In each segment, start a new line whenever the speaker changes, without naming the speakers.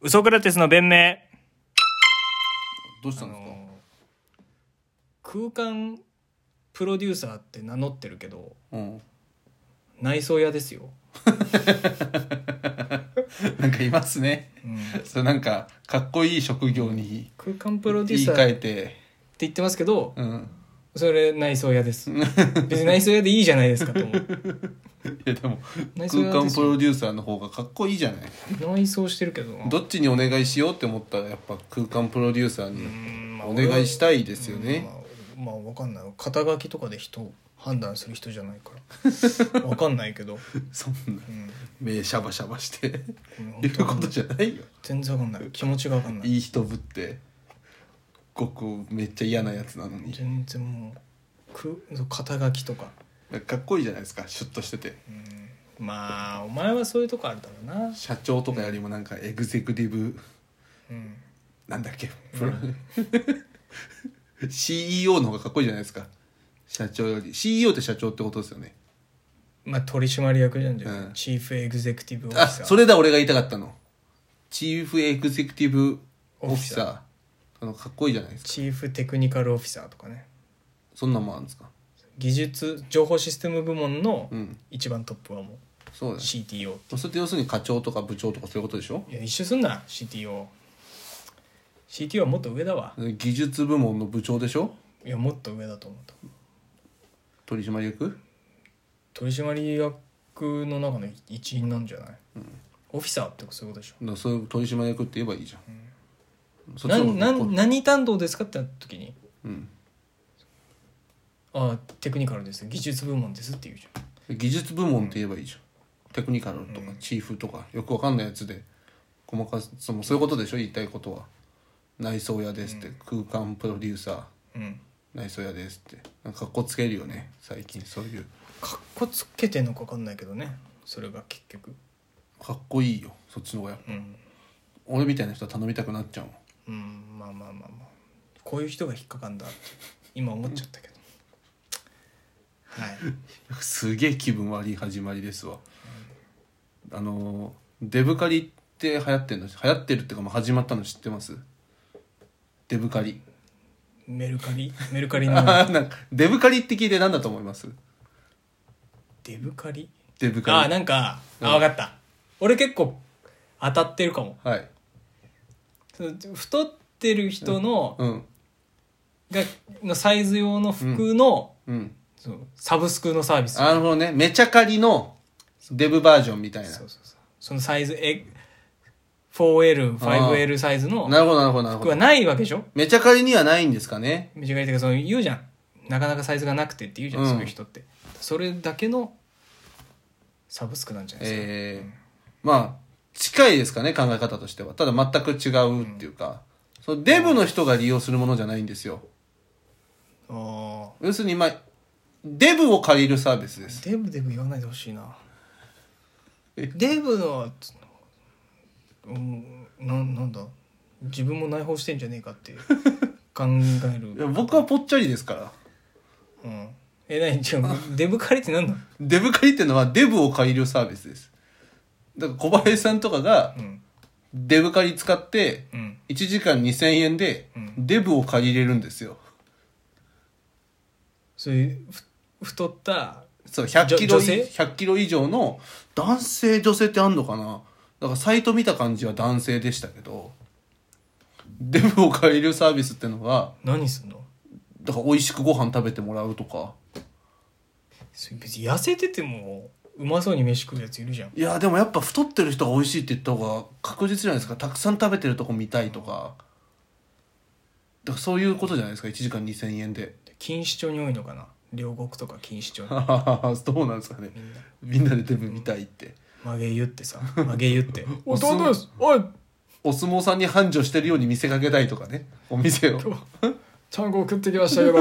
ウソクラテスの弁明
どうした
あ
んですか、
の空間プロデューサーって名乗ってるけど
うん、
内装屋ですよ、
なんかいますね
うん
それなんかかっこいい職業に
空間プロ
言
デュー
い
サー
換
っ
え
て
て、
言ってますけど
うん、
それ内装屋です 別に内装屋でいいじゃないですかと思う
いやでも
内装
空
屋で
間
す
プ
よ
ロデューサーの方がかっこいいじゃない
内装してるけどな
どっちにお願いしようって思ったらやっぱ空間プロデューサー
う
に
んまあ
お願いしたいですよ
うん
ね
まあまあわかんない肩書きとかで人を判断する人じゃないから わかんないけど、
そんな
うん、
目シャバシャバして
ごめん
言うこ
本当
と
に
じゃないよ
全然わかんない気持ちがわかんない
いい人ぶってごくめっちゃ嫌なやつなのに
全然もうく肩書きとか、
かっこいいじゃないですかシュッとしてて
うん、まあお前はそういうとこあるだろうな、
社長とかよりもなんかエグゼクティブ
うん、
なんだっけ、プロ CEO の方がかっこいいじゃないですか社長より CEO って社長ってことですよね
まあ取締役じゃんじゃ
うん
ん、チーフエグゼクティブオフィ
あ
サー
それだ俺が言いたかったのチーフエグゼクティブオ
オ
フ
フ
ィ
ィ
サ
サ
ー
ー
あのかっこいいじゃないですか
チーフテクニカルオフィサーとかね
そんなんもあるんですか
技術情報システム部門の
うん
一番トップはも
そう
う
だ、ね、
CTO
それって要するに課長とか部長とかそういうことでしょ
いや一緒すんな CTOCTO はもっと上だわ
技術部門の部長でしょ
いやもっと上だと思うと
取締役
取締役の中の一員なんじゃない、オフィサーってそういうことでしょ
だからそういう取締役って言えばいいじゃん、そっち
な
の方
ん
が
な
かっこい
ん
い
何担当ですかってなった時に
うん
「ああテクニカルです技術部門です」って言うじゃん
技術部門って言えばいいじゃん、テクニカルとかチーフとかよくわかんないやつでごまかすそのそういうことでしょ言いたいことは内装屋ですって、空間プロデューサー
うん
内装屋ですってなんかかっこつけるよね最近そういう
かっこつけてんのか分かんないけどねそれが結局
かっこいいよそっちの方が
うん
俺みたいな人は頼みたくなっちゃうも
う
ん
んまあまあまあまあこういう人が引っかかんだって今思っちゃったけどはい
すげえ気分悪い始まりですわ、あのデブカリって流行ってるの流行ってるっていうかもう始まったの知ってますデブカリ
メルカリメルカリの
あー なんかデブカリって聞いて何だと思います
デブカリ
デブ
あ
カ
あ
リ
なんか、
うん
あ分かった俺結構当たってるかも
はい
その太ってる人の,、
うん
がのサイズ用の服の,、
うん
そのサブスクのサービス
あなるほどねめちゃかりのデブバージョンみたいな
そうそうそうそのサイズえ 4L5L サイズの
なるほどなるほどなるほ
服は
ど
ないわけでしょ
めちゃかりにはないんですかね
短いというかその言うじゃんなかなかサイズがなくてって言うじゃん、
うん
そういう人ってそれだけのサブスクなんじゃないですか、
えーまあ近いですかね考え方としてはただ全く違うっていうか、そのデブの人が利用するものじゃないんですよ
あ
要するにまあデブを借りるサービスです
ーデブデブ言わないでほしいな
え
デブのつうんななんだ自分も内包してんじゃねえかっていう考え
いや
る、
僕はぽっちゃりですから
うん、え何じゃあデブ借りって何なの
デブ借りっていうのはデブを借りるサービスですだから小林さんとかが
うん
デブ借り使って
うん
1時間2000円で
うん
デブを借りれるんですよ
そういうふ太った
そう100キロ以
じょ女
100キロ以上の男性女性ってあんのかなだからサイト見た感じは男性でしたけどデブを借りるサービスってのが
何すんの
だから美味しくご飯食べてもらうとか
それ別に痩せててもうまそうに飯食うやついるじゃん
いやでもやっぱ太ってる人が美味しいって言った方が確実じゃないですかたくさん食べてるとこ見たいとかだからそういうことじゃないですか1時間2000円で
錦糸町に多いのかな両国とか錦糸町に
どうなんですかね
みんな
みんなでデブ見たいって
曲げ湯ってさ曲げ湯って「
お
お
そう
どう
で
ですおい
お相撲さんに繁盛してるように見せかけたいとかねお店を
ちゃんこ食ってきました けど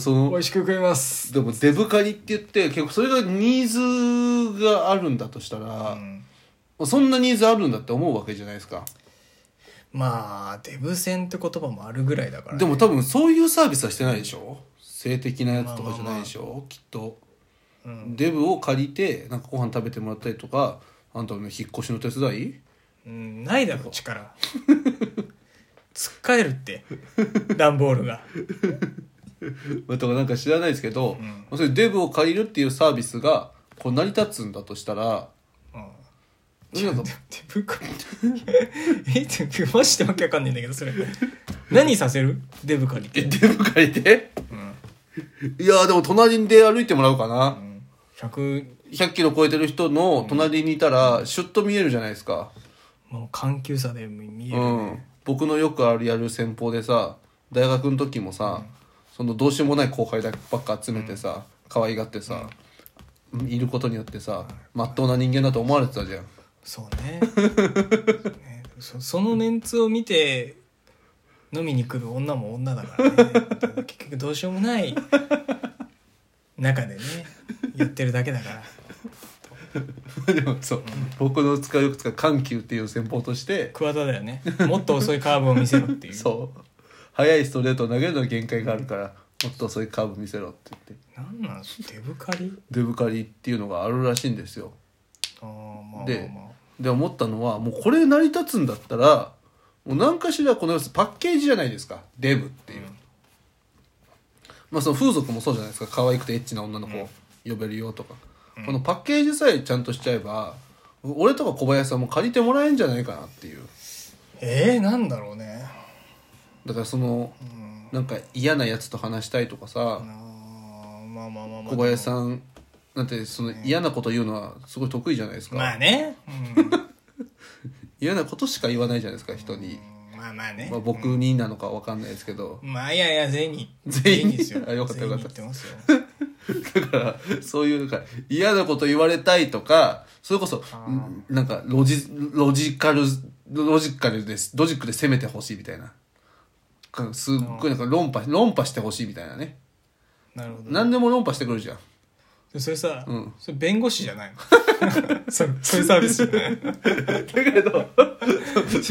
その
美味しく食います
でもデブカリって言って結構それがニーズがあるんだとしたら、
うん
そんなニーズあるんだって思うわけじゃないですか、」
まあデブ戦って言葉もあるぐらいだからね、
でも多分そういうサービスはしてないでしょ性的なやつとかじゃないでしょ、きっと、
うん
デブを借りてなんかご飯食べてもらったりとかあんたの引っ越しの手伝い
うんないだろ力つっかえるって段ボールが
まあ、とかなんか知らないですけど、
うん
まあそういうデブを借りるっていうサービスがこう成り立つんだとしたら
あ
うんなんか
手袋えってマジでわけわかんないんだけどそれ何させるデブ借り
え
て、
デブ借りて
うん
いやーでも隣で歩いてもらおうか
う
な、
ん、100
100キロ超えてる人の隣にいたらシュッと見えるじゃないですか、
もう緩急差で見え
う
る、
ん、僕のよくあるやる戦法でさ大学の時もさ、そのどうしようもない後輩だけばっか集めてさ、可愛がってさ、いることによってさまっとうな人間だと思われてたじゃん
そうねねそそのメンツを見て飲みに来る女も女だ からね結局どうしようもない中でねやってるだけだから
でもそう、僕の使うよく使う緩急っていう戦法として
桑田だよねもっと遅いカーブを見せろっていう
そう速いストレートを投げるのは限界があるから、もっと遅いカーブ見せろって言って
なんなんすデブ狩り
デブ狩りっていうのがあるらしいんですよ
あーまあまあ
で
まあ
で思ったのはもうこれ成り立つんだったらもう何かしらこの要するにパッケージじゃないですかデブっていう、まあその風俗もそうじゃないですか可愛くてエッチな女の子を呼べるよとか、このパッケージさえちゃんとしちゃえば俺とか小林さんも借りてもらえんじゃないかなっていう
えー、なんだろうね
だからその
うん
なんか嫌なやつと話したいとか
あ
さ
ー、まあまあまあまあ
小林
ん
さんなんてその嫌なこと言うのはすごい得意じゃないですか、
まあね、
嫌なことしか言わないじゃないですか人に、
うん、まあまあね、
まあ、僕になのか分かんないですけど、
まあいやいや全員
全員
ですよ
あよかったよかった
全員言ってますよ
だからそういうなんか嫌なこと言われたいとかそれこそんなんかロジロジカルロジカルですロジックで攻めてほしいみたいなかすっごいなんか論破論破してほしいみたいなね
なるほど
何でも論破してくるじゃん
でそれさ、
うん
それ弁護士じゃないの そそういうサービスじゃない
だけ ど、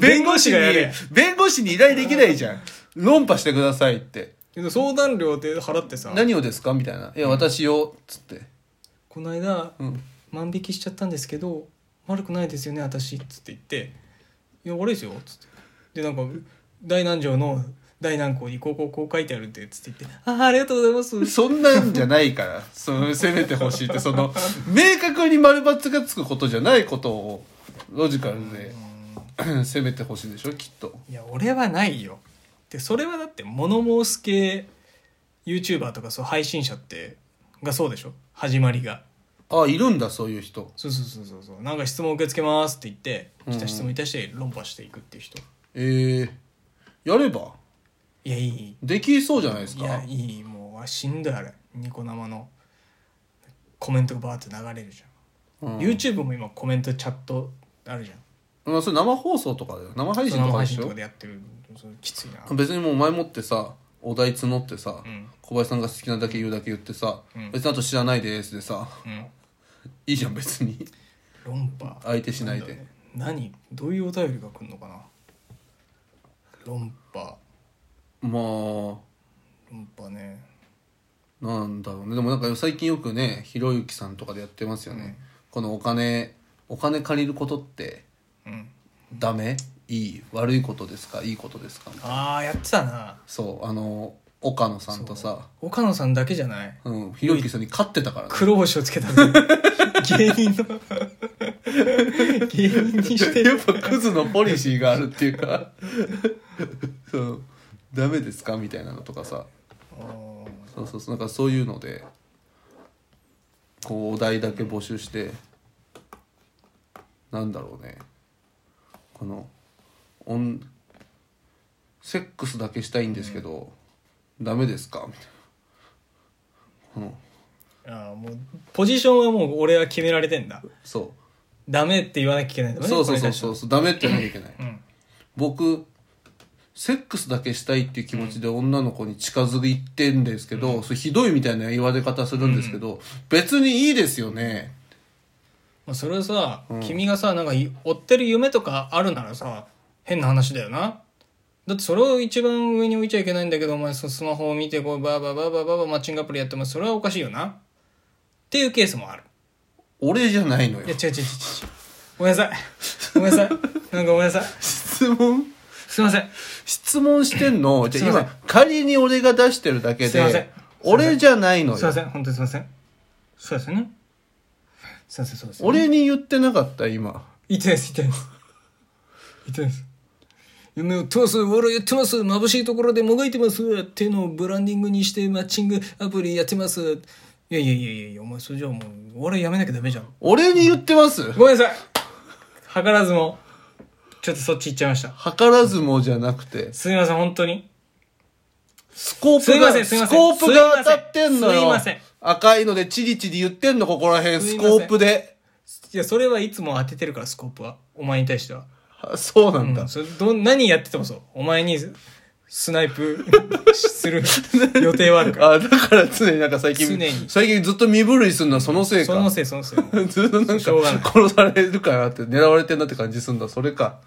弁護士がやれ
に、弁護士に依頼できないじゃん。論破してくださいって。
けど相談料で払ってさ
何をですかみたいな。いや、私を、つって。
この間
うん。
万引きしちゃったんですけど悪くないですよね私っつって言って「いや悪いですよ」っつってでなんか「大南条の大南校にこうこうこう書いてあるんで」っつって言って「ああありがとうございます」
そんなんじゃないから、その、攻めてほしいって、その、明確に丸抜がつくことじゃないことを、ロジカルで、攻めてほしいでしょ、きっと。
いや俺はないよでそれはだって物申す系 YouTuber とかそう配信者ってがそうでしょ始まりが
あ、いるんだ、そういう人。
そうそうそうそうそうなんか質問受け付けますって言って
うん
来た質問に対して論破していくっていう人、
えー、やれば、
いやいい
できそうじゃないです
い
か。
やいいもうあしんどいあれニコ生のコメントがバーって流れるじ
う
ゃん、
ん
YouTube も今コメントチャットあるじゃん
まあ、それ生放送とかだよ。生配信と
生
かで
配
し
信と
ょ
か。でやってるそれきついな
別にもう前もってさお題募ってさ、
うん
小林さんが好きなだけ言うだけ言ってさ、
うん
別にあと知らないですでさ
うん
いいじゃん別に
論破
相手しないで、
何どういうお便りが来るのかな論破
まあ
論破ね
なんだろうねでもなんか最近よくねひろゆきさんとかでやってますよね、このお金お金借りることって
うん
ダメいい悪いことですかいいことですか
ああやってたな
そうあの岡野さんとさ
岡野さんだけじゃない
うん、ひろゆきさんに勝ってたからね
黒星をつけたの芸人の芸人にして
やっぱクズのポリシーがあるっていうかそうダメですかみたいなのとかさ
あー
そうそうそうなんかそういうのでこうお題だけ募集してなんだろうねこのオンセックスだけしたいんですけど、ダメですかみたいな、
あ
うん、
ーもうポジションはもう俺は決められてんだ
そ
ダメって言わなきゃいけないんだも
う
んね
そうそうそう
こ
そうそうダメって言わなきゃいけない
れに対して
僕セックスだけしたいっていう気持ちで女の子に近づいてんですけど、それひどいみたいな言われ方するんですけど、別にいいですよ
う
ね
んまあ、それはさ、君がさなんかい追ってる夢とかあるならさ変な話だよなだってそれを一番上に置いちゃいけないんだけどお前そスマホを見てこうバーバーバーバーバーバーマッチングアプリやってもそれはおかしいよなっていうケースもある
俺じゃないのよ
いや違う違う違う違うごめんなさいごめんなさいなんかごめんなさい。
質問
すいません。
質問してんのじゃ
す
あ
いま
今仮に俺が出してるだけ
すいません
で俺じゃないの
すいま
よ
せん。本当にすいません。そうですよね。すいません、そうです、ね。
俺に言ってなかった今
言ってないです、言ってないです。言ってないです。夢を通す、俺言ってます、眩しいところでもがいてます、手のをブランディングにしてマッチングアプリやってます。いやいやいやいやいや、お前それじゃあもう、俺やめなきゃダメじゃん。
俺に言ってます
ごめんなさい。図らずも、ちょっとそっち行っちゃいました。
図らずもじゃなくて
すみません、本当に。
スコー
す
プ
いま
が
せんすいま
ス
せん
コープが当たってんの
すい
よ
ません
赤いのでチリチリ言ってんのここら辺
す
ス
いません
コープで
いや、それはいつも当ててるから、スコープは。お前に対しては。
あそうなん
う
だ
ん、それどん何やっててもそう。お前にスナイプする予定はあるから。
あだから常になんか最
常
近
に
最近ずっと身震いするのはそのせい
その
か
せい、そのせい。
ずっとなんか
しょうがない
殺されるかなって狙われてんなって感じすんだそれか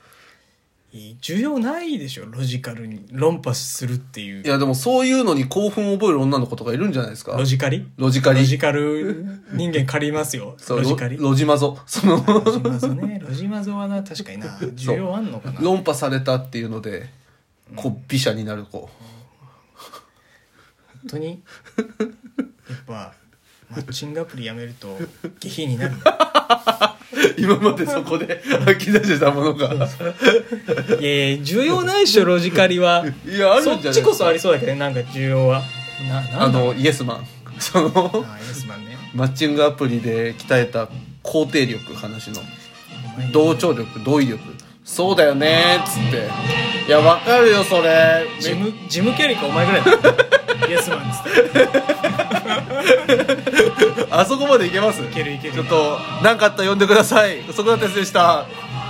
いい需要ないでしょ、ロジカルに。論破するっていう。
いやでもそういうのに興奮を覚える女の子とかいるんじゃないですか
ロジカリ
ロジカリ
ロジカル人間借りますよ。
そう
ロジカリ。
ロジマゾその
ロジマゾね。ロジマゾはな、確かにな。需要あんのかな。
論破されたっていうのでこう美者になる子
本当にやっぱマッチングアプリやめると下品になる
今までそこで 吐き出してたものが
いやいや需要ないでしょロジカリは
いやあるんじ
そ
ゃない
っちこそありそうだけどねなんか需要はなな
あ
んだろ
のイエスマンその
うなあイエスマンね
マッチングアプリで鍛えた肯定力話の
お前
同調力同意力そうだよねーっつっていやわかるよそれ
ジムジムキャリーかお前ぐらいだ イエスマンですって
あそこまでいけますい
けるいける
ちょっと何かあったら呼んでくださいそこだてつでした